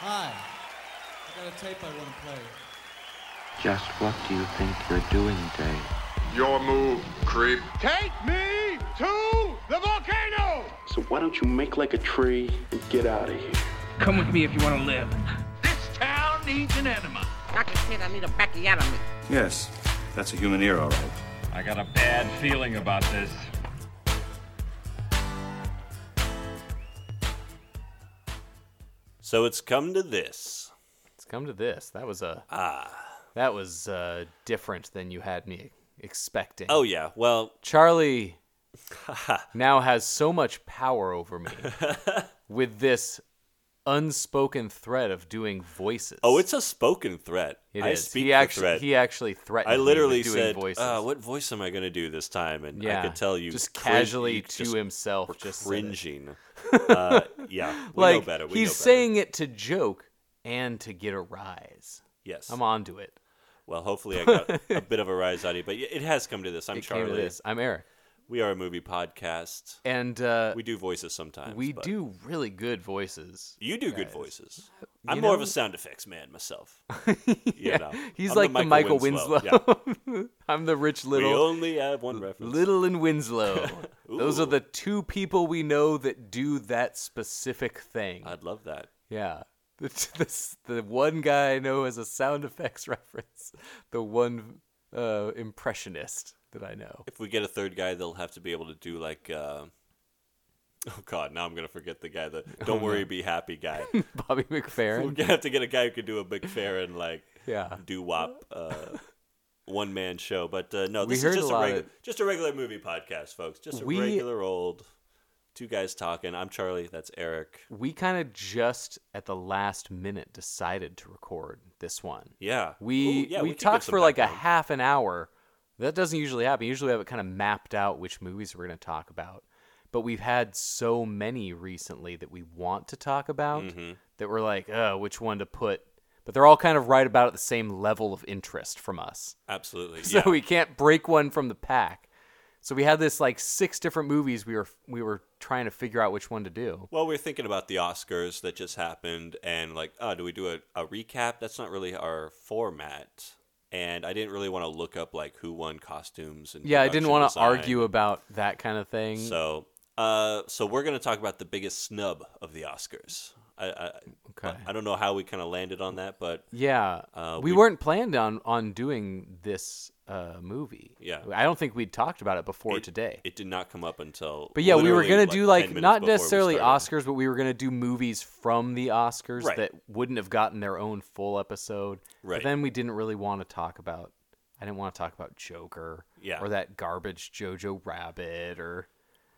Hi. I got a tape I want to play. Just what do you think you're doing, Dave? Your move, creep. Take me to the volcano! So why don't you make like a tree and get out of here? Come with me if you want to live. This town needs an enema. Dr. Smith, I need a bacchiotomy. Yes, that's a human ear, all right. I got a bad feeling about this. So it's come to this. It's come to this. That was a Ah. that was uh, different than you had me expecting. Oh yeah. Well, Charlie now has so much power over me with this unspoken threat of doing voices. Oh, it's a spoken threat. It I is. speak he the actually threat. he actually threatened. I literally me with doing said, voices. "Uh, "What voice am I going to do this time?" And yeah, I could tell you just cring- casually you to just himself, were just said it. cringing. uh, yeah, we like know better. We he's know better. saying it to joke and to get a rise. yes. I'm onto it. Well, hopefully I got a bit of a rise out of you, but it has come to this. I'm it Charlie. came to this. I'm Eric, We are a movie podcast. and uh, We do voices sometimes. we but do really good voices. You do good guys. voices. You I'm more of know- a sound effects man myself. yeah, know, he's I'm like the Michael, Winslow. Yeah. I'm the rich we little, only have one reference. little and Winslow. Those are Ooh. the two people we know that do that specific thing. I'd love that. Yeah. The, the, the one guy I know as a sound effects reference, the one uh, impressionist that I know. If we get a third guy, they'll have to be able to do like. Uh, oh God! Now I'm gonna forget the guy. The "Don't worry, be happy" guy. Oh, Bobby We're McFerrin. gonna have to get a guy who can do a McFerrin like Yeah. doo wop uh, one man show. But uh, no, We this heard is a just a, lot regular, of- just a regular movie podcast, folks. Just a We- regular old two guys talking. I'm Charlie. That's Eric. We kind of just at the last minute decided to record this one. Yeah, We Ooh, yeah, we, could give talked some for like a background. half an hour. That doesn't usually happen. Usually we have it kind of mapped out which movies we're going to talk about. But we've had so many recently that we want to talk about Mm-hmm. that we're like, oh, which one to put? But they're all kind of right about at the same level of interest from us. Absolutely. so yeah. we can't break one from the pack. So we had this like six different movies we were we were trying to figure out which one to do. Well, we we're thinking about the Oscars that just happened, and like, oh, do we do a, a recap? That's not really our format. And I didn't really want to look up like who won costumes and Yeah, I didn't production want to design. argue about that kind of thing. So, uh, so we're gonna talk about the biggest snub of the Oscars. I, I, Okay. I don't know how we kind of landed on that, but yeah, Uh, we, we- weren't planned on on doing this uh, movie. Yeah. I don't think we'd talked about it before it- today. it did not come up until. but yeah, we were literally, gonna do 10 like minutes not before we necessarily started. Oscars, but we were gonna do movies from the Oscars Right. that wouldn't have gotten their own full episode. Right. But then we didn't really want to talk about. I didn't want to talk about Joker. Yeah. Or that garbage Jojo Rabbit or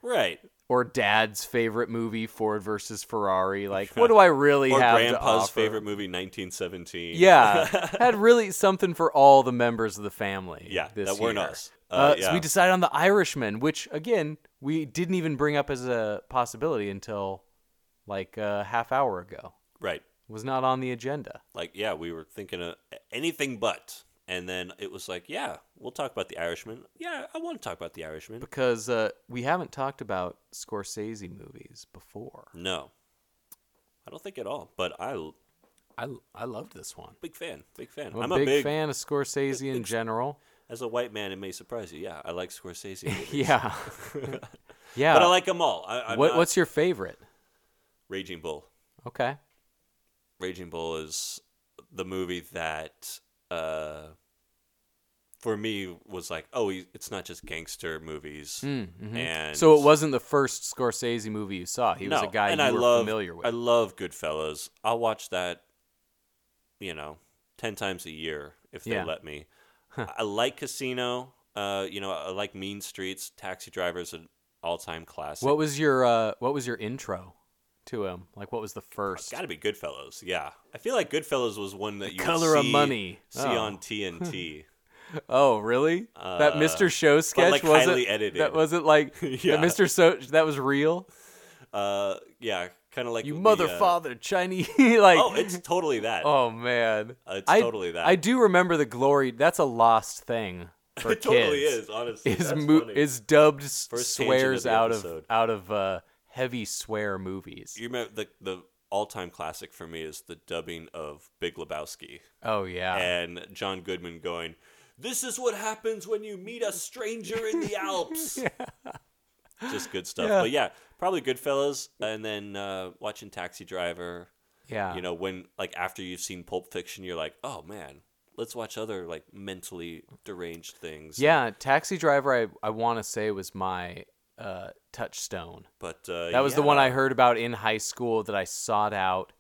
Right. or Dad's favorite movie Ford versus Ferrari. Like, what do I really Or have to Grandpa's offer? favorite movie, 1917. Yeah, had really something for all the members of the family. Yeah, this that weren't year. us. Uh, Uh, So yeah. we decided on The Irishman, which again we didn't even bring up as a possibility until like a half hour ago. Right. It was not on the agenda. like yeah we were thinking of anything but and then it was like yeah we'll talk about the irishman yeah i want to talk about the irishman because uh, we haven't talked about Scorsese movies before. no i don't think at all but i I I loved this one. big fan big fan I'm i'm, a, a big, big fan of Scorsese in big- general. as a white man it may surprise you yeah i like scorsese movies. Yeah, yeah. but i like them all I, I'm what not- What's your favorite? raging bull Okay, raging bull is the movie that uh for me was like oh he- it's not just gangster movies Mm, and mm-hmm. so it wasn't the first Scorsese movie you saw. He was a guy you were love, familiar with. I love Goodfellas. I'll watch that, you know, ten times a year if they Yeah. let me. I like Casino. Uh, you know, I like Mean Streets. Taxi Driver's an all-time classic. what was your uh, What was your intro to him? Like, what was the it's first? got to be Goodfellas. Yeah, I feel like Goodfellas was one that you would Color of see- Money. see Oh. on TNT. Oh, really? that Mr. Show sketch Uh, like, wasn't highly edited. that wasn't like Yeah. that Mr. So that was real. uh, yeah, kind of like You the, mother uh, father Chinese like Oh, it's totally that. Oh, man, Uh, it's I, totally that. I do remember the glory. That's a lost thing for it totally kids. is. Honestly, Is That's mo- funny. is dubbed s- First tangent of swears the out of episode. out of uh, heavy swear movies. you remember the the all-time classic for me is the dubbing of Big Lebowski Oh yeah. and John Goodman going, "This is what happens when you meet a stranger in the Alps." Just good stuff. But yeah, probably Goodfellas, and then uh, watching Taxi Driver. yeah. You know, when like after you've seen Pulp Fiction, you're like, "Oh man, let's watch other like mentally deranged things." Yeah, Taxi Driver. I I want to say was my uh, touchstone. But uh, That was the yeah. one I heard about in high school that I sought out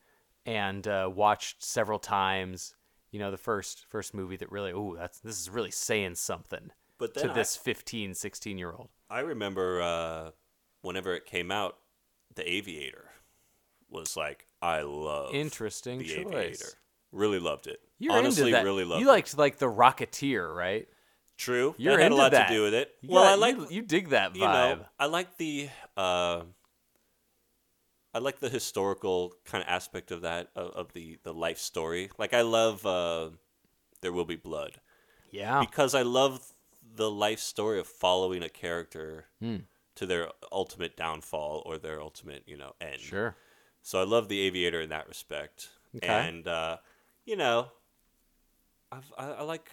and uh, watched several times. You know, the first first movie that really, ooh, that's this is really saying something But to then I- this 15, 16 year old. I remember uh, whenever it came out, The Aviator was like, I love Interesting The choice. Aviator. Really loved it. You're Honestly, into that. really loved You it. liked like the Rocketeer, right? True. You're that had a into lot that. to do with it. You well, got- I like you, you dig that vibe. you know, I like the uh, I like the historical kind of aspect of that of, of the the life story. Like I love uh, There Will Be Blood yeah, because I love the life story of following a character Hmm. to their ultimate downfall or their ultimate, you know, end. sure. So I love the Aviator in that respect. Okay. And uh, you know, I've, I, I like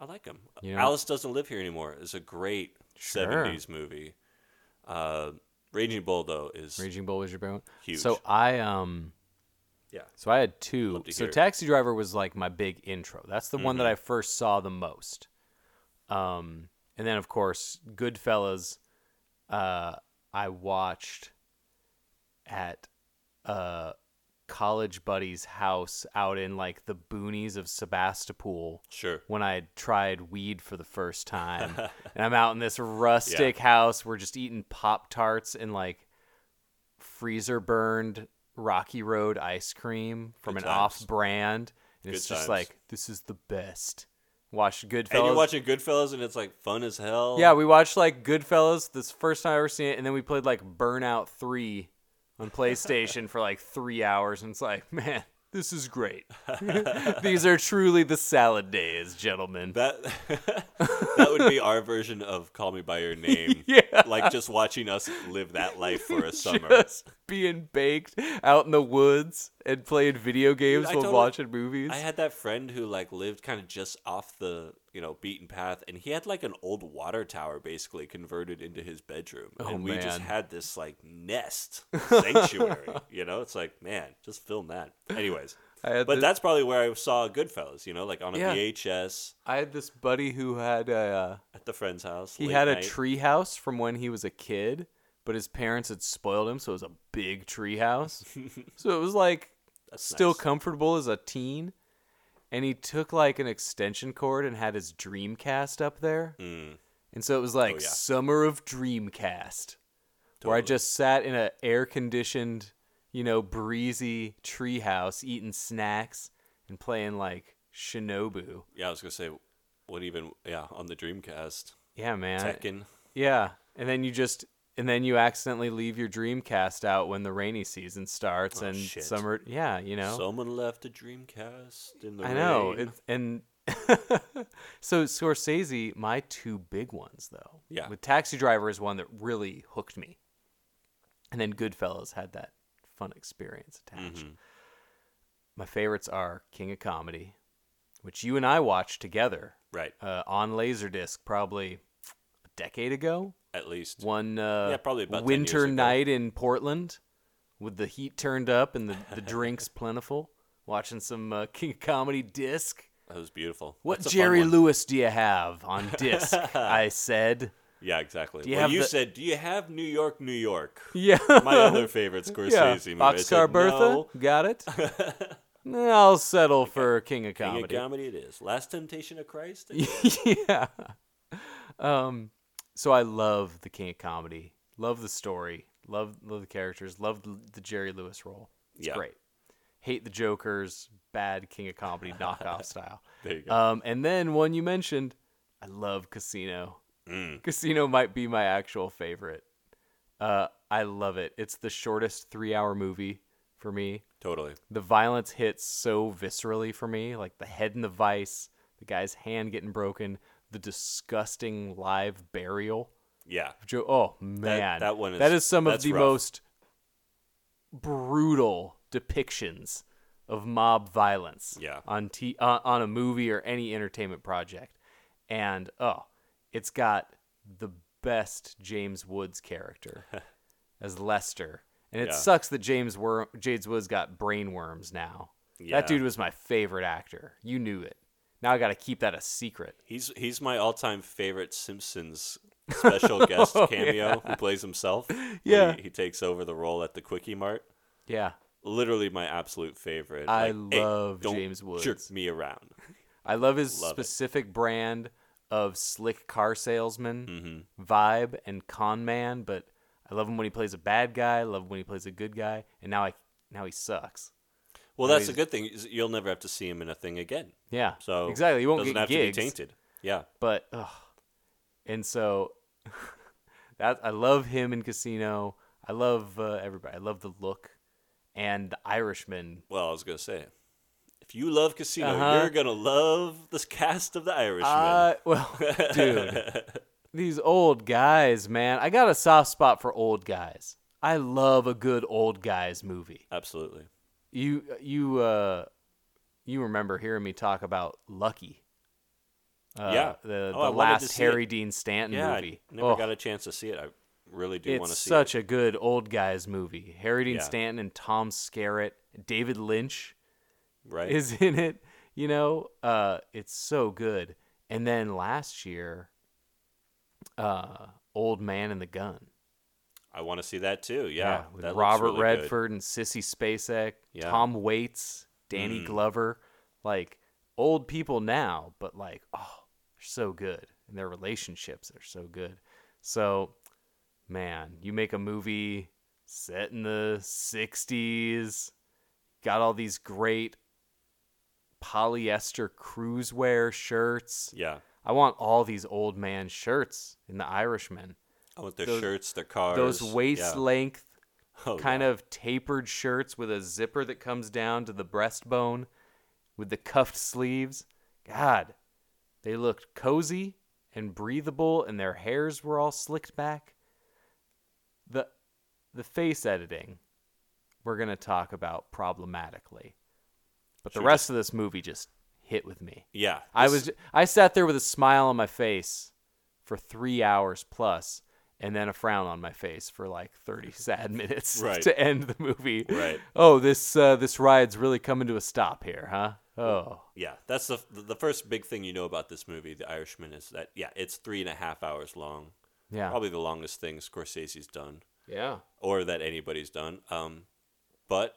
I like him. You know- Alice doesn't live here anymore is a great Sure. '70s movie. Uh, Raging Bull though is Raging Bull was your bone. Huge. So I um yeah So I had two. to So hear it. Mm-hmm. Taxi Driver was like my big intro. That's the one that I first saw the most. Um, and then of course Goodfellas, uh, I watched at a college buddy's house out in like the boonies of Sebastopol sure when I had tried weed for the first time. and I'm out in this rustic house. We're just eating Pop Tarts and like freezer burned Rocky Road ice cream from Good an times. off brand. And it's Good just times. like, this is the best. Watched Goodfellas. and you're watching Goodfellas and it's like fun as hell. yeah, we watched like Goodfellas this first time I ever seen it. And then we played like Burnout 3 on PlayStation for like three hours. And it's like, man. This is great. These are truly the salad days, gentlemen. That that would be our version of Call Me by Your Name. Yeah. Like just watching us live that life for a summer. just being baked out in the woods and playing video games I while totally- watching movies. I had that friend who like lived kind of just off the you know beaten path, and he had like an old water tower basically converted into his bedroom, Oh, and we just man. had this like nest sanctuary. you know, it's like man, just film that. Anyways, I had but this- that's probably where I saw Goodfellas. You know, like on a Yeah. VHS I had this buddy who had a uh, at the friend's house. he late had a night. tree house from when he was a kid, but his parents had spoiled him, so it was a big tree house. so it was like still nice. comfortable as a teen. And he took like an extension cord and had his Dreamcast up there. And so it was like Mm. Oh, yeah. summer of Dreamcast. where I Totally. just sat in a air conditioned, you know, breezy treehouse eating snacks and playing like Shinobu. Yeah, I was gonna say, what even? Yeah, on the Dreamcast, Yeah, man. Tekken. Yeah, and then you just and then you accidentally leave your Dreamcast out when the rainy season starts and Oh, shit. summer. Yeah, you know. Someone left a Dreamcast in the I know. rain. It's, and so Scorsese, my two big ones though. Yeah. With Taxi Driver is one that really hooked me. And then Goodfellas had that fun experience attached. Mm-hmm. My favorites are King of Comedy, which you and I watched together right, uh, on Laserdisc probably a decade ago at least. one uh, Yeah, probably about 10 years winter ago. night in Portland with the heat turned up and the, the drinks plentiful, watching some uh, King of Comedy disc. That was beautiful. What That's a fun Jerry one. Lewis do you have on disc? I said. Yeah, exactly. Do you well, have you the- said, "Do you have New York, New York?" Yeah. My other favorite Scorsese movie. I Boxcar said, Bertha. "No, Got it? Nah, I'll settle for King of King of Comedy. comedy it is. Last Temptation of Christ. yeah. Um, so I love the King of Comedy. Love the story. Love love the characters. Love the, the Jerry Lewis role. It's Yeah. great. Hate the Joker's bad King of Comedy knockoff style. There you go. Um, and then one you mentioned, I love Casino. Mm. Casino might be my actual favorite. Uh, I love it. It's the shortest three hour movie for me totally. the violence hits so viscerally for me like the head in the vice the guy's hand getting broken the disgusting live burial Yeah. of Joe- oh man that one is- that is some of that's the rough. most brutal depictions of mob violence Yeah. on t- uh, on a movie or any entertainment project. And oh, it's got the best James Woods character as Lester. And it Yeah. sucks that James Wor- James Woods got brain worms now. Yeah. That dude was my favorite actor. You knew it. Now I got to keep that a secret. He's he's my all time favorite Simpsons special guest cameo who plays himself. when Oh, Yeah. he, he takes over the role at the Quickie Mart. Yeah. Literally my absolute favorite. I "Hey, love don't James Woods." Jerk me around. I love his Love it. specific brand of slick car salesman Mm-hmm. vibe and con man, but I love him when he plays a bad guy, I love him when he plays a good guy, and now I now he sucks. Well, that's a he's- good thing. is You'll never have to see him in a thing again. Yeah. So exactly, you won't doesn't get have gigs, to be tainted. Yeah. But ugh. and so that I love him in Casino. I love uh, everybody. I love the look and the Irishman. Well, I was gonna say, if you love Casino, Uh-huh. you're gonna love this cast of The Irishman. Uh, well, dude, these old guys, man. I got a soft spot for old guys. I love a good old guys movie. Absolutely. You you uh you remember hearing me talk about Lucky? Uh, Yeah. the, Oh, I wanted the to last see Harry it. Dean Stanton Yeah. movie. I never Oh, got a chance to see it. I really do want to it's see such it. a good old guys movie. Harry Dean Yeah. Stanton and Tom Skerritt, David Lynch right? is in it. You know, uh, it's so good. And then last year, uh, Old Man and the Gun. I want to see that too. Yeah, with that looks Robert really good. Redford and Sissy Spacek, Yeah. Mm. Tom Waits, Danny Glover, like old people now, but like oh, they're so good, and their relationships are so good. So, man, you make a movie set in the '60s, got all these great polyester cruisewear shirts. Yeah, I want all these old man shirts in The Irishman. I want their Those- shirts, their cars, Those waist yeah. length Oh, kind yeah. of tapered shirts with a zipper that comes down to the breastbone with the cuffed sleeves. God, they looked cozy and breathable and their hairs were all slicked back. The the face editing we're going to talk about problematically. But the Sure. rest of this movie just hit with me. Yeah, I this- was I sat there with a smile on my face for three hours plus, and then a frown on my face for like thirty sad minutes Right. to end the movie. Right. Oh, this uh, this ride's really coming to a stop here, huh? Oh, Yeah, that's the the first big thing you know about this movie, The Irishman, is that yeah, it's three and a half hours long. yeah, Probably the longest thing Scorsese's done, yeah, or that anybody's done. Um, but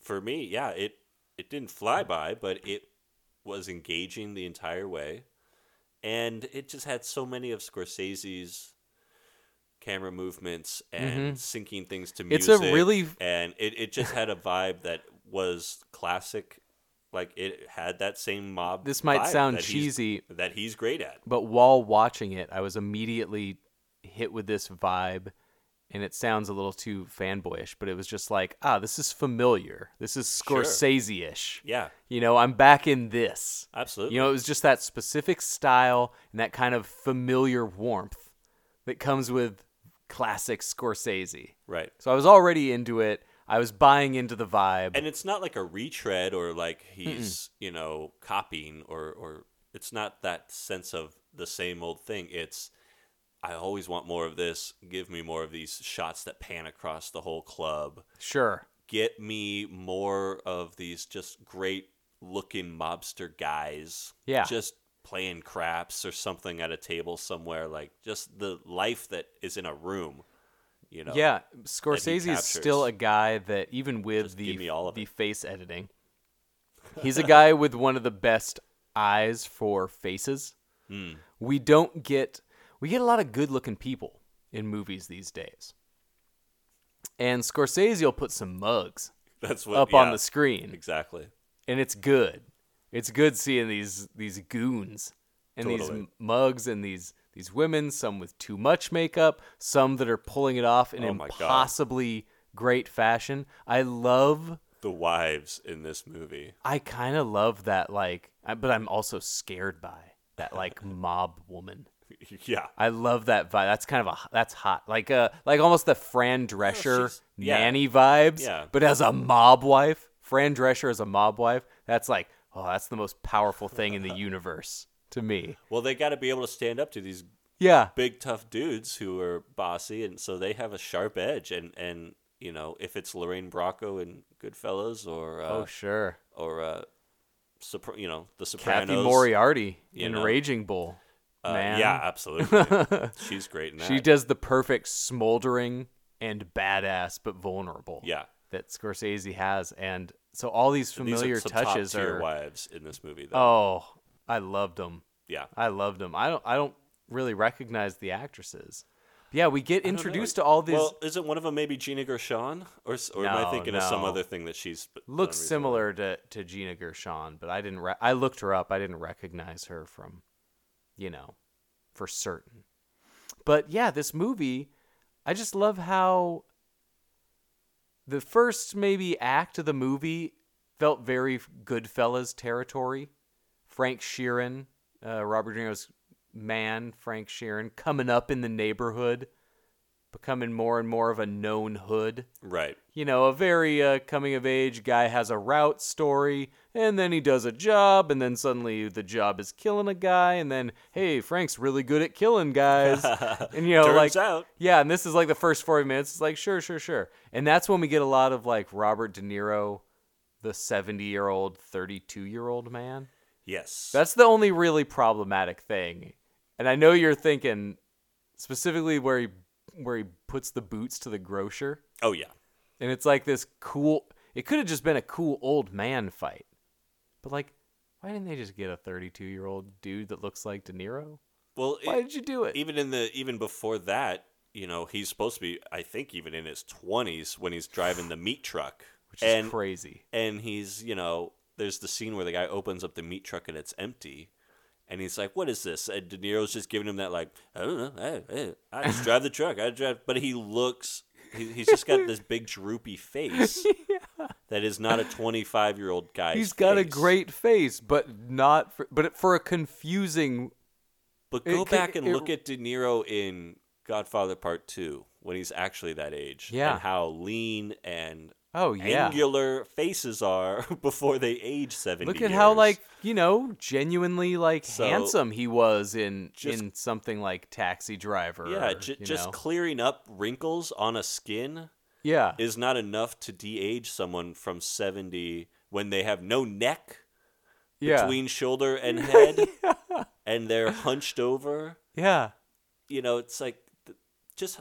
for me, yeah, it it didn't fly by, but it was engaging the entire way, and it just had so many of Scorsese's camera movements and syncing things to Mm-hmm. It's music. a really- and it it just had a vibe that was classic. Like it had that same mob. This might vibe sound that he's- cheesy. That he's great at. but while watching it, I was immediately hit with this vibe, and it sounds a little too fanboyish, but it was just like, ah, this is familiar. This is Sure. Scorsese-ish. Yeah, You know, I'm back in this. absolutely. You know, it was just that specific style and that kind of familiar warmth that comes with classic Scorsese. right. So I was already into it. I was buying into the vibe. and it's not like a retread or like he's you know copying or or it's not that sense of the same old thing it's i always want more of this give me more of these shots that pan across the whole club sure. get me more of these just great looking mobster guys Yeah. just playing craps or something at a table somewhere like just the life that is in a room you know Yeah, Scorsese is captures. still a guy that even with Just the give me all of the it. face editing, he's a guy with one of the best eyes for faces. Hmm. We don't get we get a lot of good looking people in movies these days, and Scorsese will put some mugs that's what up on yeah, the screen, exactly and it's good. It's good seeing these these goons and these Totally. m- mugs and these these women. Some with too much makeup, some that are pulling it off in Oh my God. impossibly great fashion. I love. the wives in this movie I kind of love that. Like, I, but I'm also scared by that like mob woman. yeah. I love that vibe. That's kind of a that's hot. Like uh like almost the Fran Drescher Oh, she's- yeah. nanny vibes. Yeah. But as a mob wife, Fran Drescher as a mob wife, that's like, oh, that's the most powerful thing in the universe to me. Well, they got to be able to stand up to these Yeah. big tough dudes who are bossy, and so they have a sharp edge. And and you know, if it's Lorraine Bracco in Goodfellas or uh, oh sure. or uh, Sopra- you know, The Sopranos, Kathy Moriarty you in know. Raging Bull. uh, man. yeah, absolutely, she's great in that. She does the perfect smoldering and badass but vulnerable. Yeah. That Scorsese has and so all these familiar These are some touches top-tier are wives in this movie. Though. Oh, I loved them. yeah, I loved them. I don't I don't really recognize the actresses. But yeah, we get introduced to all these Well, isn't one of them maybe Gina Gershon, or s- or am I No, thinking of some no. other thing that she's b- done looks recently? similar to, to Gina Gershon, but I didn't re- I looked her up. I didn't recognize her from you know, for certain. But yeah, this movie, I just love how the first maybe act of the movie felt very Goodfellas territory. Frank Sheeran, uh, Robert De Niro's man, Frank Sheeran, coming up in the neighborhood, becoming more and more of a known hood Right. you know, a very uh, coming of age guy has a route story, and then he does a job, and then suddenly the job is killing a guy, and then hey, Frank's really good at killing guys, and you know, Turns like out. yeah, and this is like the first forty minutes. It's like sure, sure, sure, and that's when we get a lot of like Robert De Niro, the seventy-year-old, thirty-two-year-old man. Yes. That's the only really problematic thing. And I know you're thinking specifically where he where he puts the boots to the grocer. oh yeah. And it's like this cool. It could have just been a cool old man fight, but like, why didn't they just get a 32 year old dude that looks like De Niro? Well, Why e- did you do it? even in the even before that, you know, he's supposed to be, I think, even in his twenties when he's driving the meat truck, Which is and crazy. and he's you know, there's the scene where the guy opens up the meat truck and it's empty. And he's like, "What is this?" And De Niro's just giving him that, like, "I don't know, I, I, I just drive the truck, I drive." But he looks, he, he's just got this big droopy face that is not a twenty-five-year-old guy. He's got a great face, but not for, but for a confusing. But It go could- back and it- look at De Niro in Godfather Part Two when he's actually that age. Yeah. And how lean and Oh yeah. angular faces are before they age seventy. Look at how years. like you know genuinely like So- handsome he was in Just- in something like Taxi Driver. yeah, or, j- er, you just know. clearing up wrinkles on a skin yeah. is not enough to de-age someone from seventy when they have no neck yeah. between shoulder and head, and they're hunched over. yeah. you know, it's like th- just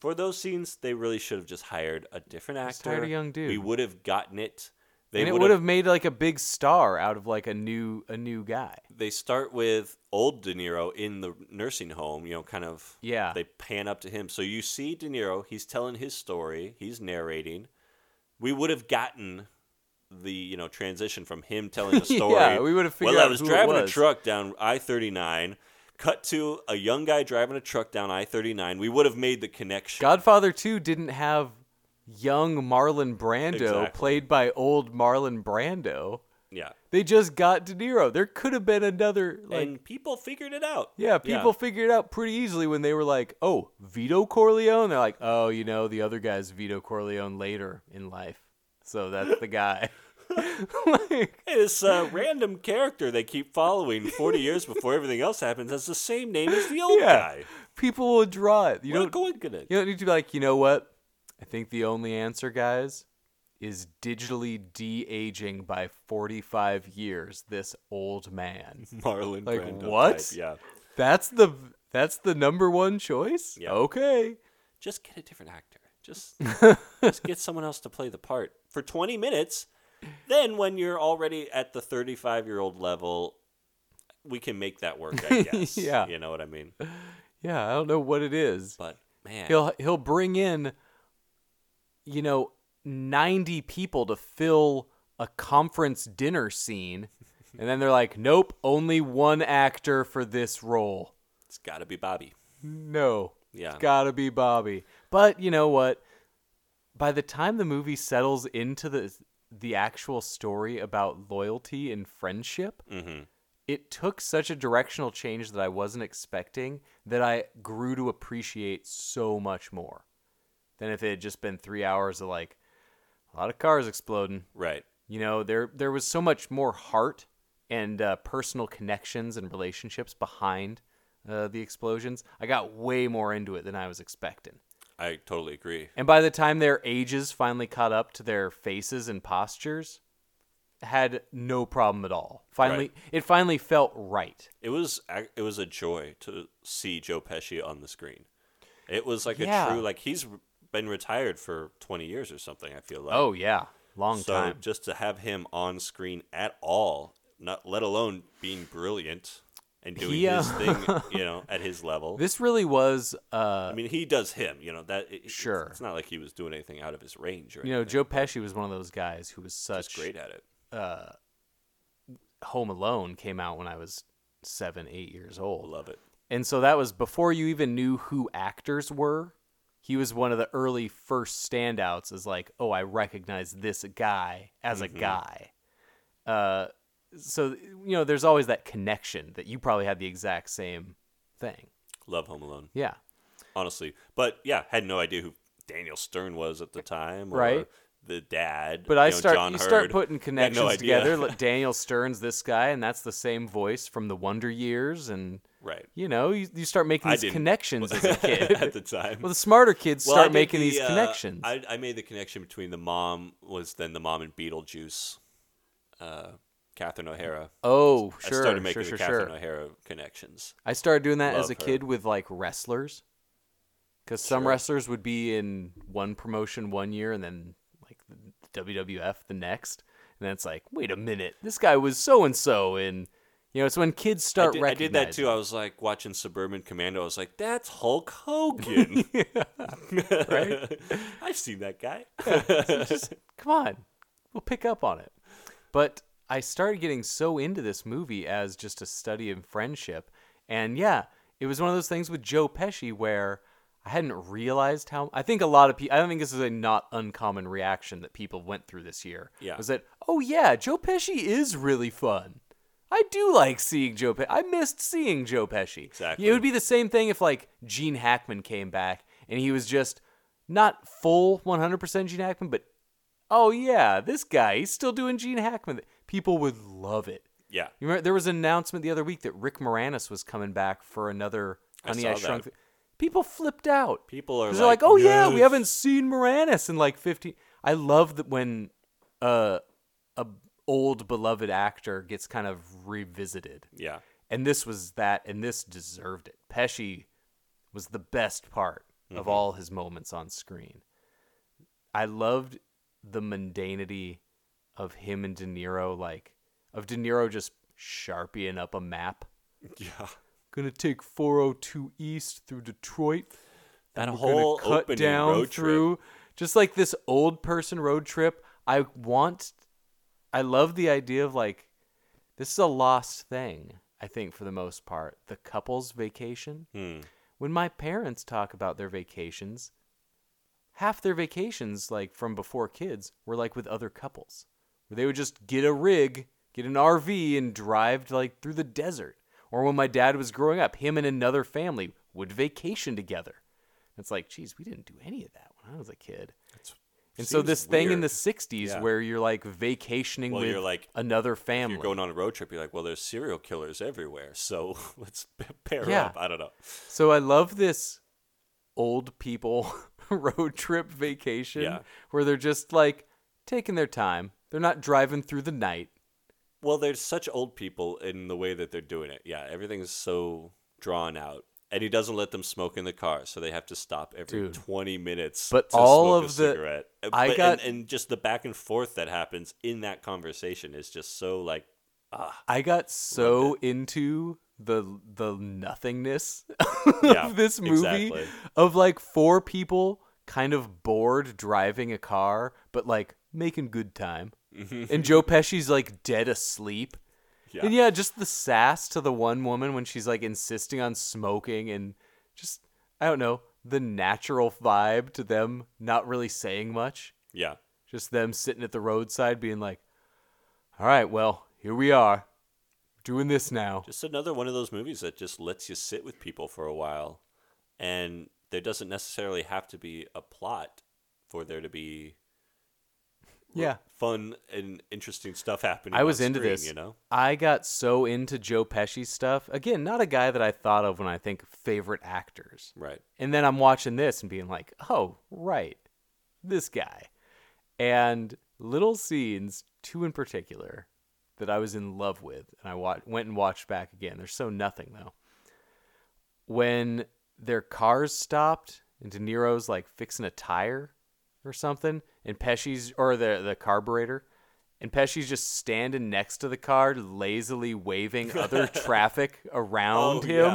for those scenes, they really should have just hired a different Just actor. hired a young dude. We would have gotten it. They and it would have made like a big star out of like a new a new guy. They start with old De Niro in the nursing home. You know, kind of. Yeah. They pan up to him, so you see De Niro. He's telling his story. He's narrating. We would have gotten the you know transition from him telling the Yeah, story. we would have figured Well, I out was who it driving was." a truck down I thirty nine. Cut to a young guy driving a truck down I thirty nine. We would have made the connection. Godfather 2 didn't have young Marlon Brando Exactly. played by old Marlon Brando. Yeah. They just got De Niro. There could have been another like and people figured it out. yeah, people figured it out pretty easily when they were like, "Oh, Vito Corleone." They're like, "Oh, you know, the other guy's Vito Corleone later in life." So that's the guy. like Hey, this uh, random character they keep following 40 years before everything else happens has the same name as the old Yeah. guy. people will draw it. You You what a don't coincidence. You don't need to be like, you know what? I think the only answer, guys, is digitally de aging by 45 years this old man. Marlon Like, Brando. what? type, Yeah. That's the that's the number one choice? Yeah. Okay. Just get a different actor. Just, just get someone else to play the part for 20 minutes. Then, when you're already at the 35 year old level, we can make that work, I guess. Yeah. You know what I mean? Yeah, I don't know what it is. But, man. He'll he'll bring in you know 90 people to fill a conference dinner scene and then they're like, "Nope, only one actor for this role." it's got to be Bobby. No. Yeah. It's gotta be Bobby. But you know what? By the time the movie settles into the the actual story about loyalty and friendship, it took such a directional change that I wasn't expecting that I grew to appreciate so much more than if it had just been three hours of like a lot of cars exploding. Right. You know, there there was so much more heart and uh, personal connections and relationships behind uh, the explosions. I got way more into it than I was expecting. I totally agree. And by the time their ages finally caught up to their faces and postures, had no problem at all. Finally, Right. it finally felt right. It was ac- it was a joy to see Joe Pesci on the screen. It was like Yeah. a true like he's re- been retired for 20 years or something. I feel like Oh yeah, long so time. just to have him on screen at all, not let alone being brilliant and doing He, uh, his thing, you know, at his level. This really was, uh, I mean, he does him, you know. That it, it's- Sure. It's not like he was doing anything out of his range, or you know, anything. Joe Pesci was one of those guys who was He's such great at it. Home Alone came out when I was seven, eight years old. Love it. And so that was before you even knew who actors were. He was one of the early first standouts as like, oh, I recognize this guy as Mm-hmm. a guy. Uh, so you know, there's always that connection that you probably had the exact same thing. Love Home Alone, Yeah, honestly. But yeah, had no idea who Daniel Stern was at the time, or Right. The dad, but I you know, start John you Hurd. start putting Had no connections idea. together. Like Daniel Stern's this guy, and that's the same voice from the Wonder Years, and right? you know, you, you start I making these didn't connections as a at kid. the time. well, the smarter kids Well, I start did making the, these uh, connections. I, I made the connection between the mom was then the mom in Beetlejuice, uh, Catherine O'Hara. oh, I sure, started sure, making sure, the Catherine sure. O'Hara connections. I started doing that as Love a her. kid with like wrestlers, because some wrestlers would be in one promotion one year and then like the WWF the next, and then it's like, wait a minute, this guy was so and so, and you know, it's when kids I start did, I did recognizing. that too. I was like watching Suburban Commando. I was like, "That's Hulk Hogan." right? I've seen that guy. Come on, we'll pick up on it. But I started getting so into this movie as just a study in friendship, and yeah, it was one of those things with Joe Pesci where I hadn't realized how. I think a lot of people. I don't think this is a not uncommon reaction that people went through this year. Yeah. was that oh yeah, Joe Pesci is really fun. I do like seeing Joe. Pe- I missed seeing Joe Pesci. Exactly. It would be the same thing if like Gene Hackman came back and he was just not full 100% Gene Hackman, but oh yeah, this guy he's still doing Gene Hackman. People would love it. yeah, You remember there was an announcement the other week that Rick Moranis was coming back for another I Honey saw I, Shrunk. that. the- People flipped out. people are. Because Like, they're like, oh yeah, we "Yes." haven't seen Moranis in like 15. I love that when uh, a old beloved actor gets kind of revisited. Yeah, And this was that, and this deserved it. Pesci was the best part of all his moments on screen. I loved the mundanity of him and De Niro, like, of De Niro just sharpieing up a map. yeah. Gonna take 402 East through Detroit. That We're gonna whole cut opening down road through just like this old person road trip. I want, I love the idea of like this is a lost thing. I think for the most part, the couple's vacation. Hmm. When my parents talk about their vacations, half their vacations, like from before kids, were like with other couples, where they would just get a rig, get an RV, and drive to, like through the desert. Or when my dad was growing up, him and another family would vacation together. It's like, geez, we didn't do any of that when I was a kid. and so seems this thing in the weird. '60s Yeah. where you're like vacationing Well, with you're like- another Trip. family. You're going on a road trip. You're like, well, there's serial killers everywhere, so let's pair Yeah. up. I don't know. So I love this old people road trip vacation Yeah. where they're just like taking their time. They're not driving through the night. Well, they're such old people in the way that they're doing it. Yeah, everything's so drawn out. And he doesn't let them smoke in the car, so they have to stop every Dude. 20 minutes. But to all smoke of a the- cigarette. Uh, I but- got- and, and just the back and forth that happens in that conversation is just so like I got so into the the nothingness yeah, of this movie Exactly. of like four people kind of bored driving a car but like making good time and joe pesci's like dead asleep Mm-hmm. Yeah. and yeah just the sass to the one woman when she's like insisting on smoking and just i don't know the natural vibe to them not really saying much Yeah. just them sitting at the roadside being like all right well here we are doing this now. Just another one of those movies that just lets you sit with people for a while, and there doesn't necessarily have to be a plot for there to be yeah. fun and interesting stuff happening. I was on into screen, this. you know. I got so into Joe Pesci stuff. Again, not a guy that I thought of when I think favorite actors. Right. And then I'm watching this and being like, oh, right, this guy. And little scenes, two in particular, that I was in love with. And I wa- went and watched back again. They're so nothing, though. When their cars stopped and De Niro's like fixing a tire or something, and Pesci's, or the, the carburetor, and Pesci's just standing next to the car, lazily waving other traffic around him.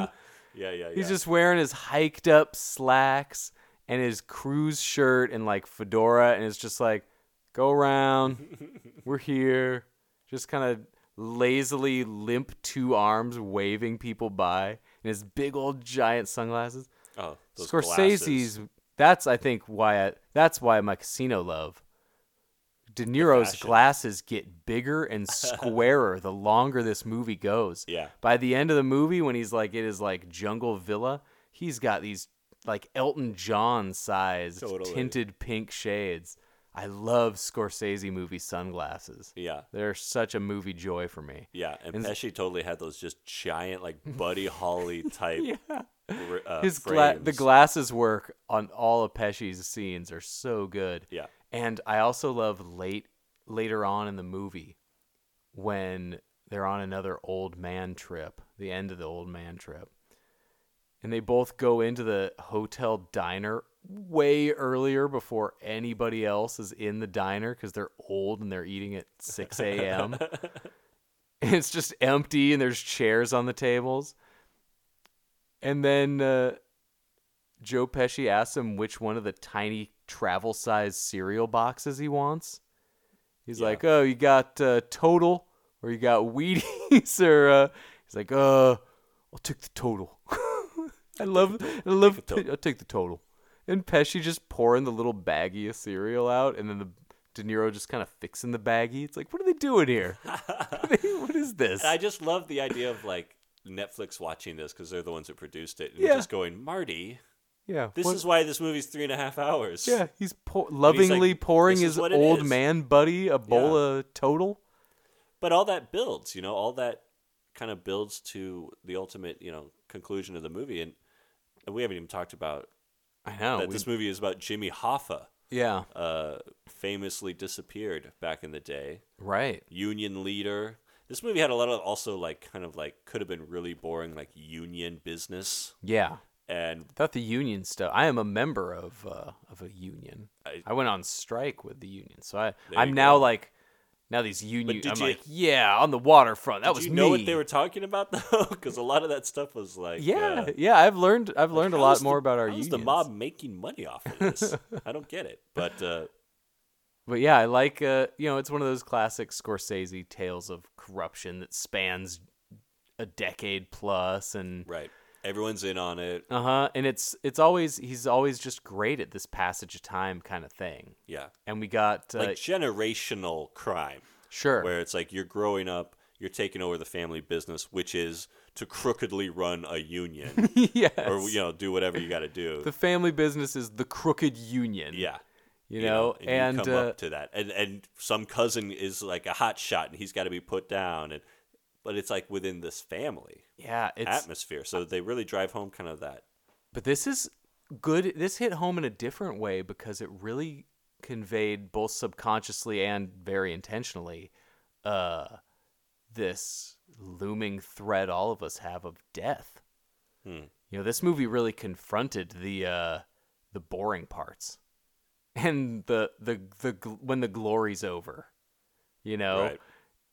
Yeah, yeah, yeah. He's yeah. just wearing his hiked up slacks and his cruise shirt and like fedora, and it's just like, go around, we're here. Just kind of lazily limp two arms waving people by, and his big old giant sunglasses. oh, those Scorsese's. glasses. That's I think why I, that's why my casino love. De Niro's fashion. glasses get bigger and squarer the longer this movie goes. Yeah. By the end of the movie, when he's like, it is like Jungle Villa, he's got these like Elton John sized Totally. tinted pink shades. I love Scorsese movie sunglasses. Yeah. They're such a movie joy for me. Yeah, and And- Pesci totally had those just giant, like Buddy Holly type. r- uh, his gla- the frames. glasses work on all of Pesci's scenes are so good. Yeah. And I also love late later on in the movie when they're on another old man trip, the end of the old man trip. And they both go into the hotel diner way earlier before anybody else is in the diner because they're old and they're eating at 6 a.m. And it's just empty and there's chairs on the tables. And then uh, Joe Pesci asks him which one of the tiny travel size cereal boxes he wants. He's like, "Oh, you got uh, Total, or you got Wheaties, or uh, he's like, uh, I'll take the Total." I love, I love, I'll take the Total. And Pesci just pouring the little baggie of cereal out, and then the De Niro just kind of fixing the baggie. It's like, what are they doing here? what is this? I just love the idea of like Netflix watching this because they're the ones that produced it and Yeah. just going, Marty, yeah, this what- is why this movie's three and a half hours. Yeah, he's pour- lovingly pouring "This is his what it old is." man buddy a bowl Yeah. of total. But all that builds, you know, all that kind of builds to the ultimate, you know, conclusion of the movie. And, and we haven't even talked about I know. that we- this movie is about Jimmy Hoffa, yeah, uh, famously disappeared back in the day. right. union leader. This movie had a lot of also like kind of like could have been really boring like union business Yeah. and Thought the union stuff. I am a member of uh, of a union. I, I- went on strike with the union, so I There I'm you now go. like now these union. did I'm you- like yeah on the waterfront. That did was you know me. what they were talking about though because a lot of that stuff was like yeah, uh, yeah. I've learned I've learned a how lot is more the- about our how is unions. the mob making money off of this I don't get it but uh, But yeah, I like uh, you know, it's one of those classic Scorsese tales of corruption that spans a decade plus and right everyone's in on it Uh huh. And it's it's always he's always just great at this passage of time kind of thing. yeah And we got uh, like generational crime sure where it's like you're growing up you're taking over the family business which is to crookedly run a union yes. or you know do whatever you got to do the family business is the crooked union. yeah you know, and, you come uh, up to that, and and some cousin is like a hot shot, and he's got to be put down, and but it's like within this family yeah, it's atmosphere, so they really drive home kind of that. but this is good. This hit home in a different way because it really conveyed both subconsciously and very intentionally uh this looming threat all of us have of death. You know, this movie really confronted the uh the boring parts and the the the gl- when the glory's over. You know, Right.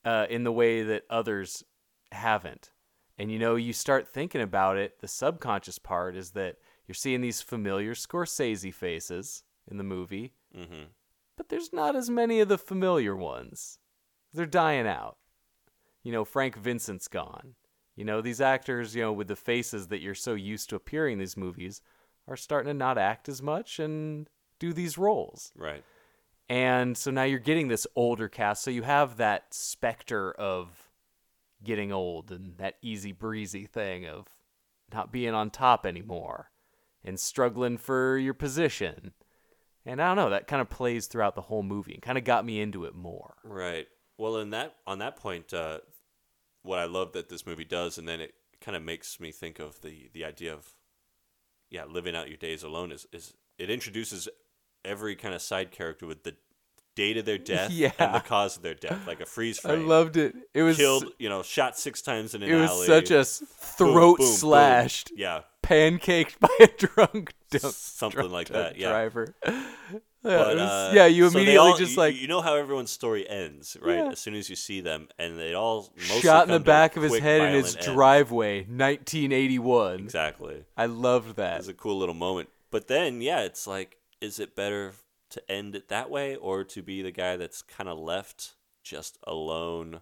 uh, in the way that others haven't. And you know, you start thinking about it, the subconscious part is that you're seeing these familiar Scorsese faces in the movie, Mhm. but there's not as many of the familiar ones. They're dying out. You know, Frank Vincent's gone. You know, these actors, you know, with the faces that you're so used to appearing in these movies are starting to not act as much and do these roles. Right. And so now you're getting this older cast. So you have that specter of getting old and that easy breezy thing of not being on top anymore and struggling for your position. And I don't know, that kind of plays throughout the whole movie and kind of got me into it more. Right. Well, in that on that point, uh, what I love that this movie does, and then it kind of makes me think of the the idea of yeah, living out your days alone is is it introduces every kind of side character with the date of their death Yeah. and the cause of their death, like a freeze frame. it. It was killed, you know, shot six times in an it was alley. such a s- Boom, throat boom, boom. slashed, Yeah, pancaked by a drunk dump, something like that. Yeah. driver. Yeah, it But, was- uh, yeah, you so they immediately all- just you- like you know how everyone's story ends, right? Yeah. As soon as you see them, and they all mostly shot in the come to back of his quick, head in his violent ends. driveway, 1981. Exactly, I loved that. it's a cool little moment. But then, yeah, it's like, is it better to end it that way, or to be the guy that's kind of left just alone,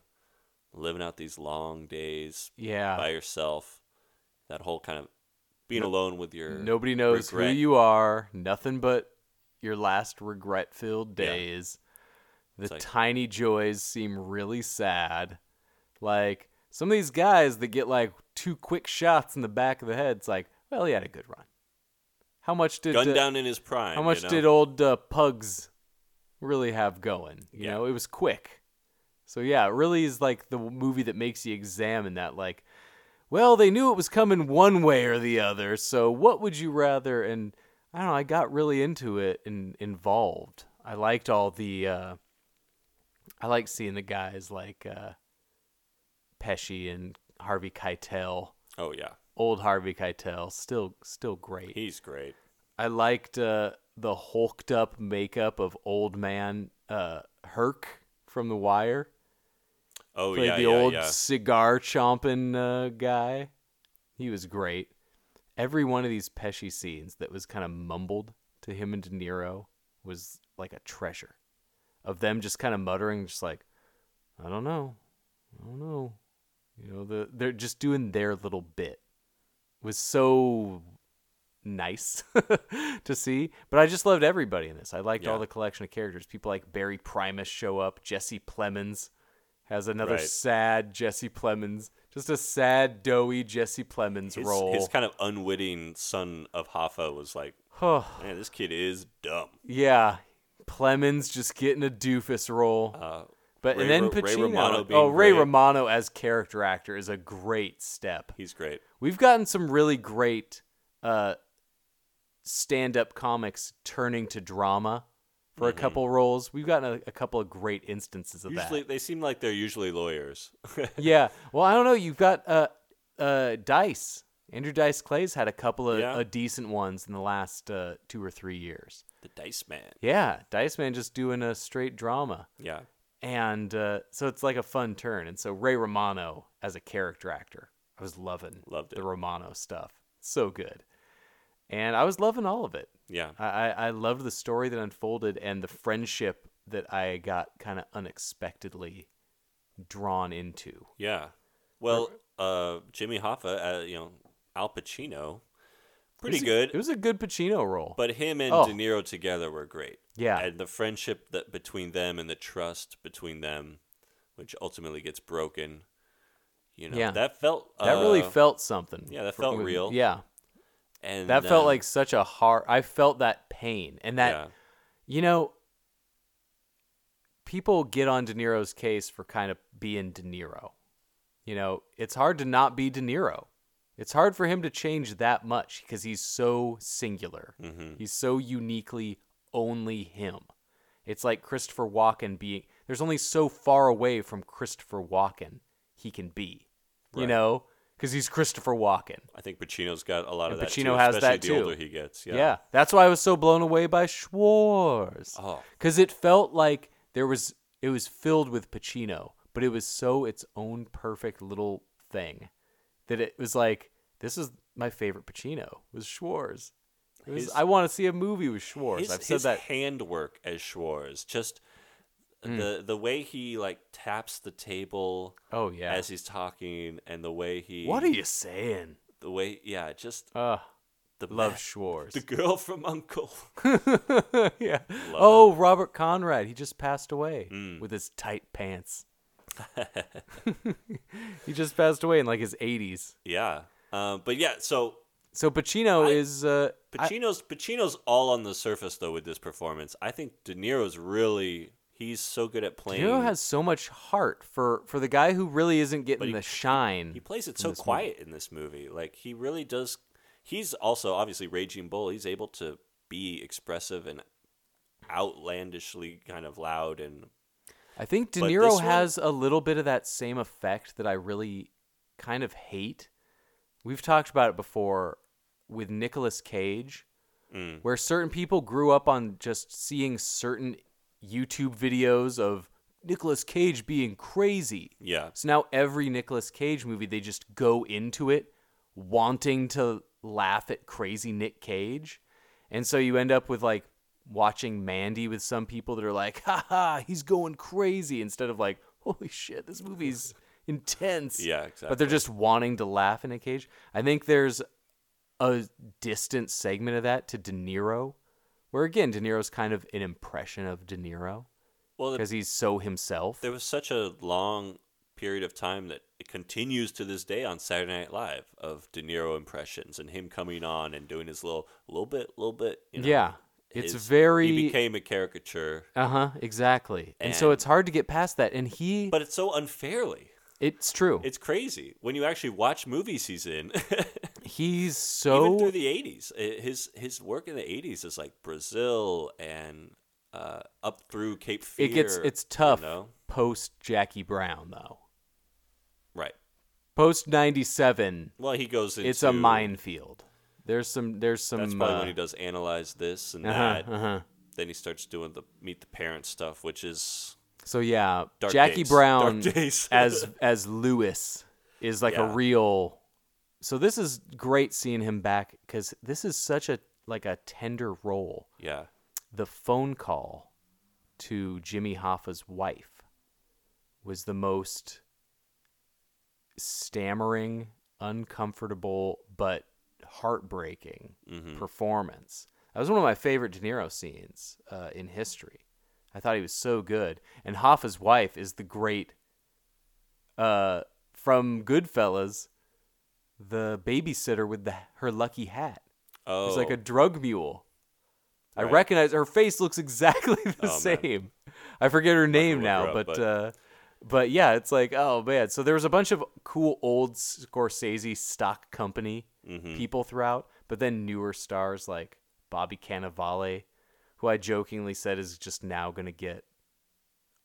living out these long days Yeah. by yourself? That whole kind of being alone with your Nobody knows regret. who you are. Nothing but your last regret filled days. The like- tiny joys seem really sad. Like some of these guys that get like two quick shots in the back of the head, it's like, well, he had a good run. How much did gunned uh, down in his prime. how much you know? did old uh, Pugs really have going? You Yeah. know, it was quick. So yeah, it really is like the movie that makes you examine that. Like, well, they knew it was coming one way or the other. So what would you rather? And I don't know. I got really into it and involved. I liked all the. Uh, I like seeing the guys like uh, Pesci and Harvey Keitel. Oh yeah, Old Harvey Keitel, still still great. he's great. I liked uh, the hulked up makeup of old man uh, Herc from The Wire. Oh Played yeah, the yeah, old yeah. cigar chomping uh, guy. He was great. Every one of these Pesci scenes that was kind of mumbled to him and De Niro was like a treasure of them just kind of muttering, just like, I don't know. I don't know. You know, the, they're just doing their little bit. was so nice to see. But I just loved everybody in this. I liked all Yeah. the collection of characters. People like Barry Primus show up. Jesse Plemons has another Right. sad Jesse Plemons, just a sad doughy Jesse Plemons His, role. his kind of unwitting son of Hoffa was like, Huh. man, this kid is dumb. yeah, Plemons just getting a doofus role. Uh, but Ray and then Ro- Ray Pacino. Romano being oh, Ray great. Romano as character actor is a great step. he's great. We've gotten some really great uh, stand up comics turning to drama for Mm-hmm. a couple roles. We've gotten a, a couple of great instances of Usually, that. they seem like they're usually lawyers. yeah. Well, I don't know. You've got uh, uh, Dice. Andrew Dice Clay's had a couple of Yeah. uh, decent ones in the last uh, two or three years. the Dice Man. Yeah. Dice Man just doing a straight drama. Yeah, And uh, so it's like a fun turn. And so Ray Romano as a character actor, I was loving Loved it. the Romano stuff. So good. And I was loving all of it. yeah. I, I, I loved the story that unfolded and the friendship that I got kind of unexpectedly drawn into. Yeah. Well, uh, Jimmy Hoffa, uh, you know, Al Pacino, pretty It was a- good. It was a good Pacino role. but him and Oh. De Niro together were great. Yeah. And the friendship that between them and the trust between them, which ultimately gets broken. You know, Yeah. that felt that really uh, felt something. yeah, that for- felt with- real. Yeah. and That felt um, like such a hard. I felt that pain and that yeah. You know, people get on De Niro's case for kind of being De Niro. You know, it's hard to not be De Niro. It's hard for him to change that much because he's so singular. Mm-hmm. He's so uniquely only him. It's like Christopher Walken being there's only so far away from Christopher Walken he can be. You Right. know, because he's Christopher Walken. I think Pacino's got a lot of And that. too, Pacino has especially that the too. older he gets. Yeah. Yeah. That's why I was so blown away by Schwarz. Oh. Cuz it felt like there was it was filled with Pacino, but it was so its own perfect little thing that it was like this is my favorite Pacino was Schwarz. It was, His- I want to see a movie with Schwarz. His, I've said his that. Mm. handwork as Schwarz, just the the way he like taps the table Oh yeah. as he's talking, and the way he what are you saying? the way yeah, just Uh, the love Schwarz. the girl from Uncle. Mm. yeah. Oh, Robert Conrad, he just passed away with his tight pants. He just passed away in like his 80s. Yeah. Um, but yeah, so So Pacino I- is uh, I- Pacino's Pacino's all on the surface though with this performance. I think De Niro's really he's so good at playing. Pacino has so much heart for for the guy who really isn't getting he- the shine. he plays it so quiet in this movie. Like he really does. He's also obviously Raging Bull. He's able to be expressive and outlandishly kind of loud and I think De But Niro this one- has a little bit of that same effect that I really kind of hate. We've talked about it before with Nicolas Cage, Mm. where certain people grew up on just seeing certain YouTube videos of Nicolas Cage being crazy. yeah. So now every Nicolas Cage movie, they just go into it wanting to laugh at crazy Nick Cage. And so you end up with like watching Mandy with some people that are like, "Ha ha, he's going crazy instead of like, holy shit, this movie's intense. Yeah, But they're just wanting to laugh in a cage. I think there's a distant segment of that to De Niro, where again, De Niro's kind of an impression of De Niro Well, because he's so himself. there was such a long period of time that it continues to this day on Saturday Night Live of De Niro impressions and him coming on and doing his little little bit, little bit. You know, Yeah. It's his- very- He became a caricature, Uh huh. Exactly. And, so And- it's hard to get past that. And he, but it's so unfairly. it's true. It's crazy when you actually watch movies he's in. He's even so through the 80s I- his his work in the 80s is like brazil and uh, up through cape fear it gets it's you tough know? post Jackie Brown though. right Post ninety seven, well he goes into it's a minefield. There's some. There's some. that's probably uh, when he does analyze this and uh-huh, that uh-huh. then he starts doing the meet the parents stuff which is So yeah, Dark Jackie days. Brown Dark days. as as Lewis is like a Yeah. real. So this is great seeing him back because this is such a like a tender role. yeah the phone call to Jimmy Hoffa's wife was the most stammering, uncomfortable, but heartbreaking performance. That was one of my favorite De Niro scenes uh, in history. I thought he was so good. And Hoffa's wife is the great, uh, from Goodfellas, the babysitter with the her lucky hat. oh It's like a drug mule. I Right. recognize her face looks exactly the Oh, man. same. I forget her name look now, her up, but but- Uh, but yeah, it's like oh man. So there was a bunch of cool old Scorsese stock company Mm-hmm. people throughout, but then newer stars like Bobby Cannavale, who I jokingly said is just now going to get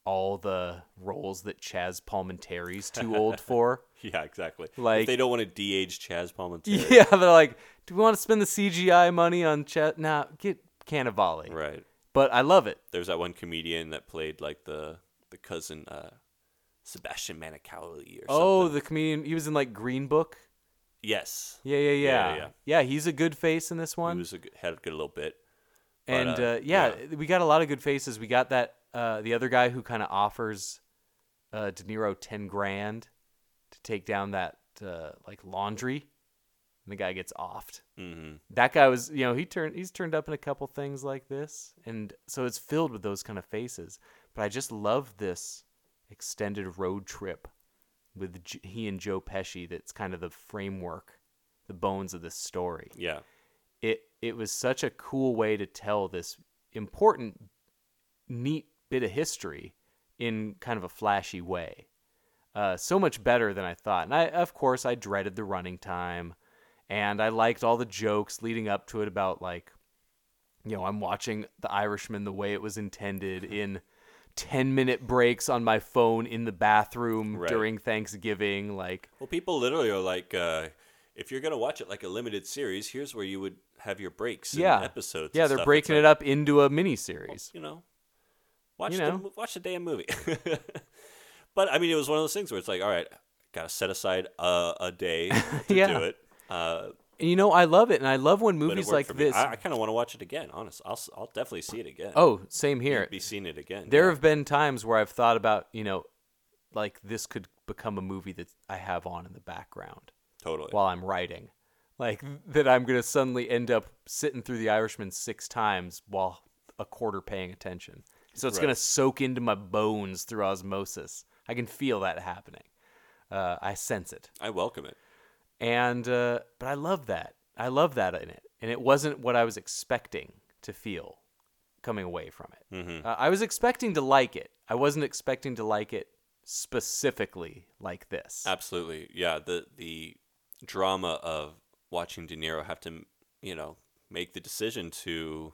all the roles that Chaz Palminteri's too old for. yeah exactly like- if they don't want to de-age chaz palminteri Yeah, they're like, do we want to spend the CGI money on Chaz? Nah, get Cannavale. right But I love it. there's that one comedian that played like the the cousin uh sebastian manicali or Oh, something. the comedian. He was in like Green Book. yes Yeah, yeah, yeah, Yeah, yeah. yeah. he's a good face in this one. He was a good, had a good little bit. and uh, uh, yeah, we got a lot of good faces. We got that uh, the other guy who kind of offers uh, De Niro ten grand to take down that uh, like laundry, and the guy gets offed. hmm That guy was, you know, he turned he's turned up in a couple things like this, and so it's filled with those kind of faces. But I just love this extended road trip with J- he and Joe Pesci. That's kind of the framework, the bones of this story Yeah, it it was such a cool way to tell this important neat bit of history in kind of a flashy way uh, so much better than i thought and i of course i dreaded the running time and i liked all the jokes leading up to it about like you know i'm watching the irishman the way it was intended in 10 minute breaks on my phone in the bathroom Right. during thanksgiving like well, people literally are like, uh, if you're gonna watch it like a limited series, here's where you would have your breaks. and yeah episodes. yeah and they're stuff. It's breaking like, it up into a mini series You know, watch You the know. mo- watch the damn movie. but I mean, it was one of those things where it's like, all right, gotta set aside a, a day to Yeah. do it. Uh, And you know, I love it, and I love when but it movies worked like for me. this. I, I kind of want to watch it again. Honest, I'll s- I'll definitely see it again. oh, same here. be seeing it again. There yeah. have been times where I've thought about, you know, like this could become a movie that I have on in the background totally. while I'm writing. Like that I'm going to suddenly end up sitting through The Irishman six times while a quarter paying attention. So it's Right. going to soak into my bones through osmosis. I can feel that happening. Uh, I sense it. I welcome it. And uh, but I love that. I love that in it. And it wasn't what I was expecting to feel coming away from it. Mm-hmm. Uh, I was expecting to like it. I wasn't expecting to like it specifically like this. Absolutely. Yeah, the the drama of watching De Niro have to, you know, make the decision to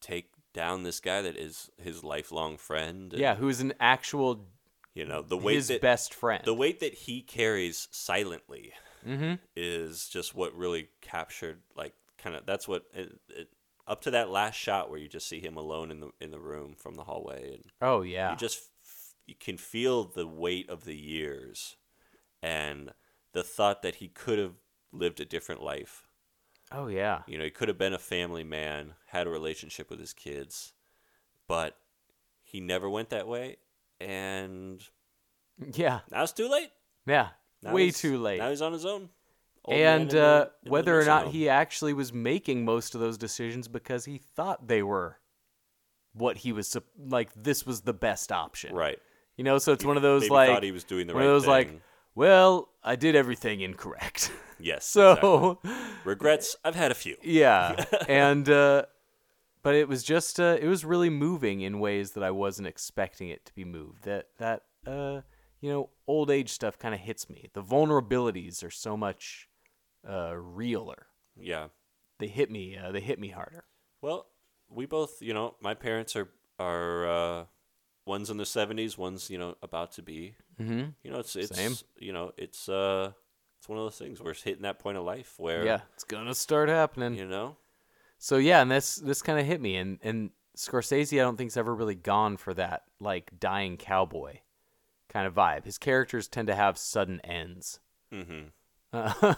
take down this guy that is his lifelong friend. and, yeah, who is an actual You know, the weight his that best friend. the weight that he carries silently Mm-hmm. is just what really captured like kind of that's what it, it, up to that last shot where you just see him alone in the in the room from the hallway and oh yeah. you just f- you can feel the weight of the years and the thought that he could have lived a different life oh yeah. you know he could have been a family man had a relationship with his kids but he never went that way and Yeah. now it's too late Yeah. Now Way he's- too late. now he's on his own Old man in and the- uh, in the whether or nursing not home. he actually was making most of those decisions because he thought they were what he was sup- like this was the best option right you know so it's one of those maybe like thought he was doing the one right of those like thing. well i did everything incorrect yes exactly. so regrets i've had a few yeah and uh but it was just uh it was really moving in ways that i wasn't expecting it to be moved that that uh you know old age stuff kind of hits me the vulnerabilities are so much uh realer yeah they hit me uh, they hit me harder Well, we both, you know, my parents are are uh, one's in the seventies, one's you know about to be. Mm-hmm. You know, it's it's Same. you know it's uh it's one of those things where it's hitting that point of life where yeah it's gonna start happening you know so yeah and this this kind of hit me and and scorsese i don't think's ever really gone for that like dying cowboy kind of vibe his characters tend to have sudden ends mm-hmm. uh,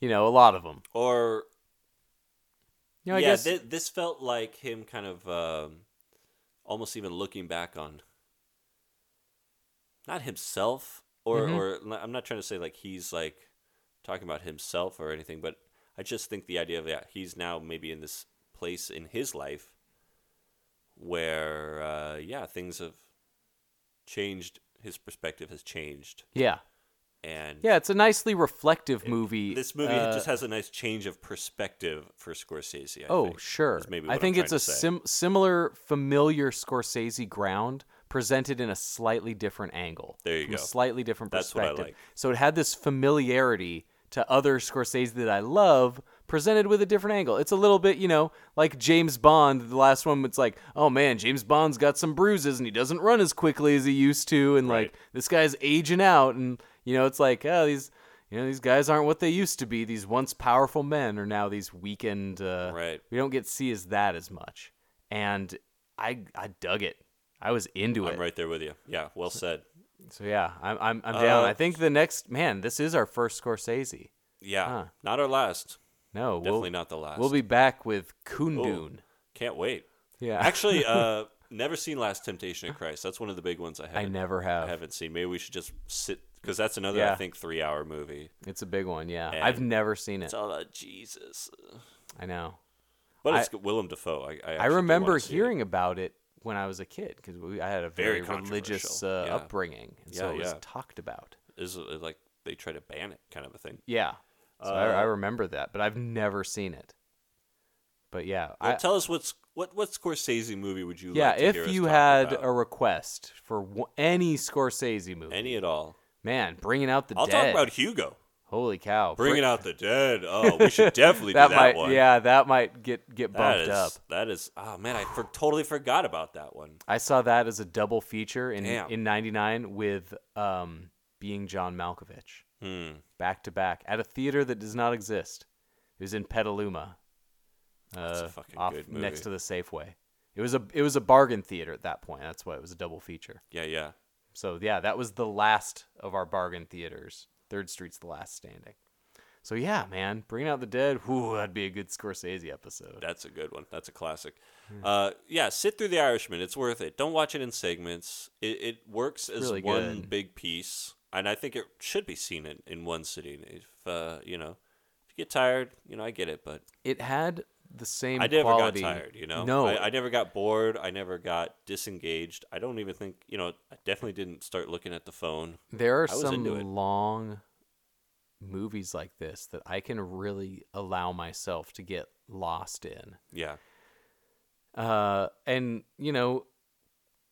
you know a lot of them or you know, i yeah, guess thi- this felt like him kind of um, almost even looking back on not himself or Mm-hmm. or n- I'm not trying to say like he's like talking about himself or anything, but I just think the idea of that he's now maybe in this place in his life where uh, yeah things have changed, his perspective has changed, yeah and yeah it's a nicely reflective movie This movie uh, just has a nice change of perspective for Scorsese. I Oh, think, sure. is maybe I what think I'm it's trying a to say. sim- similar, familiar Scorsese ground presented in a slightly different angle. There you from go. A slightly different That's what I perspective. like. So it had this familiarity to other Scorsese that I love presented with a different angle. It's a little bit, you know, like James Bond, the last one it's like, "Oh man, James Bond's got some bruises and he doesn't run as quickly as he used to and like this guy's aging out and you know, it's like, "Oh, these you know, these guys aren't what they used to be. These once powerful men are now these weakened uh, Right. we don't get to see as that as much. And I I dug it. I was into I'm it. right there with you. Yeah, well said. So yeah, I'm I'm, I'm down. Uh, I think the next man, this is our first Scorsese. Yeah, Huh. not our last. No, Definitely we'll, not the last. We'll be back with Kundun. Can't wait. Yeah, Actually, uh, never seen Last Temptation of Christ. That's one of the big ones I haven't. I never have. I haven't seen. Maybe we should just sit because that's another I Yeah. think three hour movie. It's a big one. Yeah, I've And never seen it. It's all about Jesus, I know. but I- it's Willem Dafoe. I I, I remember hearing about it when I was a kid because I had a Very very, religious controversial. uh, Yeah. upbringing, and so Yeah, it was yeah. talked about. is uh, like they try to ban it, kind of a thing. Yeah, so Uh, I, I remember that, but I've never seen it. But yeah, Well, I, tell us what's what what Scorsese movie would you? yeah. like to hear if us you talk had about? a request for w- any Scorsese movie, any at all, man, bringing out the I'll dead. talk about Hugo. Holy cow! Bringing Bri- out the dead. Oh, we should definitely that, do that might, one. yeah, that might get get That bumped is, up. that is, oh man, I for, totally forgot about that one. I saw that as a double feature in Damn. in '99 with um, being John Malkovich, Hmm. back to back at a theater that does not exist. It was in Petaluma, That's uh, a fucking off good movie. next to the Safeway. It was a it was a bargain theater at that point. That's why it was a double feature. yeah, yeah. So yeah, that was the last of our bargain theaters. Third Street's the last standing. So yeah, man, bringing out the dead. Whoo, that'd be a good Scorsese episode. That's a good one. That's a classic. Uh, yeah, sit through The Irishman. It's worth it. Don't watch it in segments. It, it works as really one good. big piece, and I think it should be seen in, in one sitting. If uh, you know, if you get tired, you know, I get it, but It had the same. I never quality. got tired. You know, no, I, I never got bored. I never got disengaged. I don't even think you know. I definitely didn't start looking at the phone. There are I was some into it. long movies like this that I can really allow myself to get lost in. Yeah. Uh, and you know,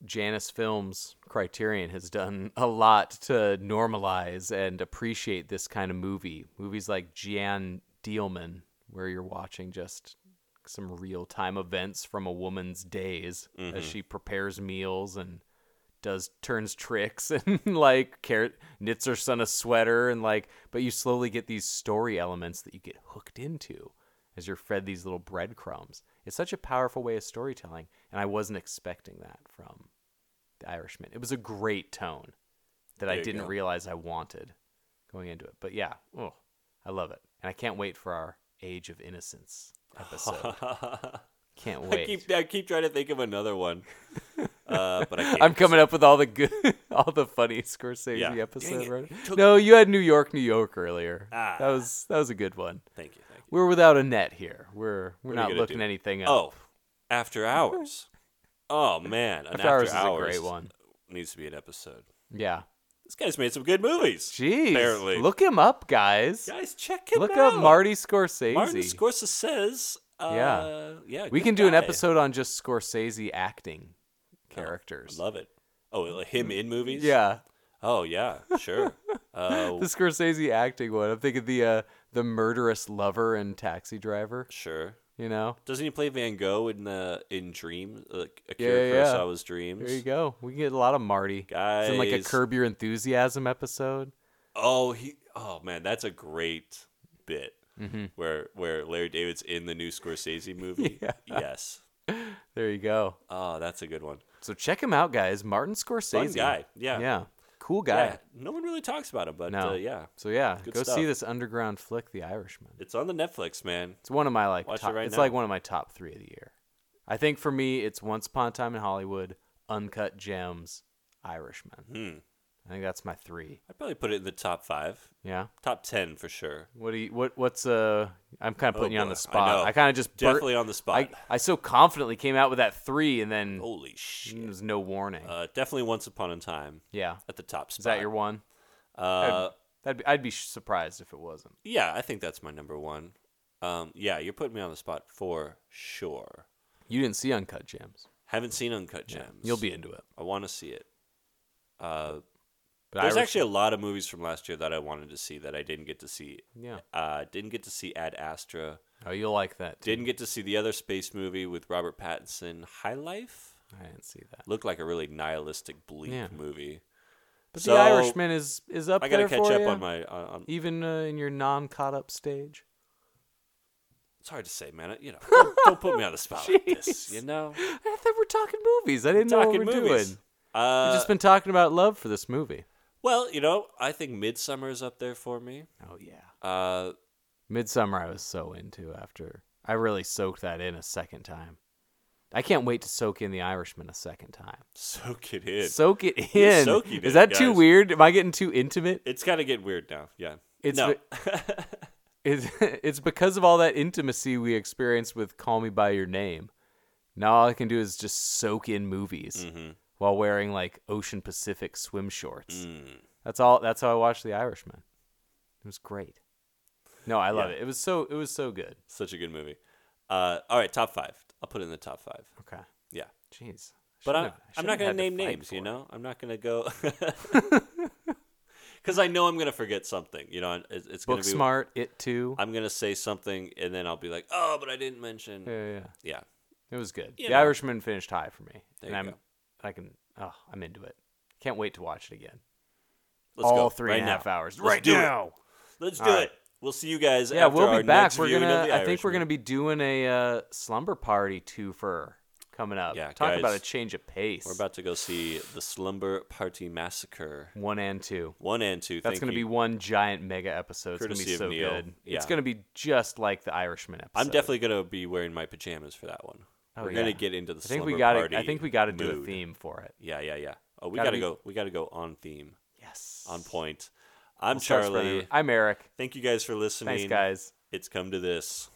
Janus Films Criterion has done a lot to normalize and appreciate this kind of movie. Movies like Jan Dielman, where you're watching just some real time events from a woman's days as she prepares meals and does turns tricks and like care, knits her son a sweater and like but you slowly get these story elements that you get hooked into as you're fed these little breadcrumbs it's such a powerful way of storytelling and i wasn't expecting that from the irishman it was a great tone that i There you didn't go. realize i wanted going into it but yeah oh i love it and i can't wait for our age of innocence episode can't I wait keep I keep trying to think of another one, uh, but I can't. I'm coming up with all the good, all the funny Scorsese Yeah. Dang episode. it. Right? Took- No, you had New York, New York earlier. Ah. That was that was a good one. Thank you. Thank you. We're without a net here. We're What are we're we not gonna looking do? anything up. Oh, after hours. Oh man, an After Hours is a great one. Needs to be an episode. yeah. This guy's made some good movies. Jeez, apparently, look him up, guys. guys, check him look out. up Marty Scorsese. Martin Scorsese says. Uh, yeah, yeah. we good can do an guy. episode on just Scorsese acting I characters. love it. Oh, him in movies. yeah, Oh yeah, sure. uh, the Scorsese acting one. I'm thinking the uh, the murderous lover and taxi driver. sure. You know, Doesn't he play Van Gogh in the in Dreams? Like Akira Yeah, yeah. Kurosawa's Dreams. There you go. We can get a lot of Marty. It's in like a Guys. Curb Your Enthusiasm episode. Oh, he. Oh man, that's a great bit Mm-hmm. where where Larry David's in the new Scorsese movie. Yes. There you go. Oh, that's a good one. So check him out, guys. Martin Scorsese. Fun guy. Yeah. Yeah. Cool guy. Yeah. No one really talks about him, but No. uh, yeah, So yeah, Good go stuff. see this underground flick, The Irishman. it's on the Netflix, man. It's one of my like Watch it top, right it's now. like one of my top three of the year. I think for me, it's Once Upon a Time in Hollywood, Uncut Gems, Irishman. Hmm. I think that's my three. I'd probably put it in the top five, Yeah. top ten for sure. What do you what what's uh I'm kind of Oh, putting you on boy. I the spot. know. I, kind of just bur- Definitely on the spot. I, I so confidently came out with that three and then Holy shit! There was no warning. Uh, definitely Once Upon a Time yeah. at the top spot. Is that your one? Uh, That'd be, I'd be sh- surprised if it wasn't. yeah, I think that's my number one. Um, yeah, you're putting me on the spot for sure. You didn't see Uncut Gems. Haven't seen Uncut Gems. You'll be into it. I want to see it. Uh, But there's Irish- actually a lot of movies from last year that I wanted to see that I didn't get to see. Yeah. Uh, didn't get to see Ad Astra. Oh, you'll like that. Too. Didn't get to see the other space movie with Robert Pattinson, High Life. I didn't see that. Looked like a really nihilistic, bleak Yeah. movie. But So, The Irishman is is up I gotta catch there for up ya, on my. On, on- even uh, in your non caught up stage. it's hard to say, man. I- You know, don't, don't put me on the spot like this. You know, I thought we're talking movies. I didn't know what talking we're movies. doing. Uh, We've just been talking about love for this movie. well, you know, I think Midsummer's up there for me. Oh yeah. Uh, Midsummer I was so into after I really soaked that in a second time. I can't wait to soak in The Irishman a second time. soak it in. Soak it in. soaking it, Is that too guys. weird? Am I getting too intimate? it's gotta get weird now. Yeah. It's no. It's, it's because of all that intimacy we experienced with Call Me By Your Name. Now all I can do is just soak in movies Mm-hmm. while wearing like Ocean Pacific swim shorts. Mm. That's all that's how I watched The Irishman. It was great. No, I love Yeah. it. It was so it was so good. Such a good movie. Uh, all right, top five. I'll put it in the top five. Okay. Yeah. Jeez. But I'm, Shouldn't have- I I'm shouldn't not have going to had to name fight names, for you it. know? I'm not going to go. Because I know I'm going to forget something. You know, it's, it's going Book to be. smart, it too. I'm going to say something and then I'll be like, oh, but I didn't mention. yeah, yeah. Yeah. It was good. You the know. Irishman finished high for me. There and you I'm go. I can oh, I'm into it. Can't wait to watch it again. Let's All go. three right and a now. half hours. Let's right do it. now. Let's do All right. it. We'll see you guys Yeah, after we'll our be back. next We're viewing of gonna. The I think we're Irishman. gonna be doing a uh, slumber party twofer coming up. Yeah, talk guys. about a change of pace. We're about to go see The Slumber Party Massacre one and two. 1 and 2. That's Thank gonna you. be one giant mega episode. It's Courtesy of gonna be so Neil. good. It's Yeah. gonna be just like the Irishman episode. I'm definitely gonna be wearing my pajamas for that one. Oh, We're gonna yeah. get into the I think slumber we got party to I think we got to do a mood. theme for it. Yeah, yeah, yeah. Oh, we Gotta gotta, be- go. We gotta go on theme, Yes. on point. I'm We'll start spreading Charlie. it. I'm Eric. Thank you guys for listening. Thanks, guys. It's come to this.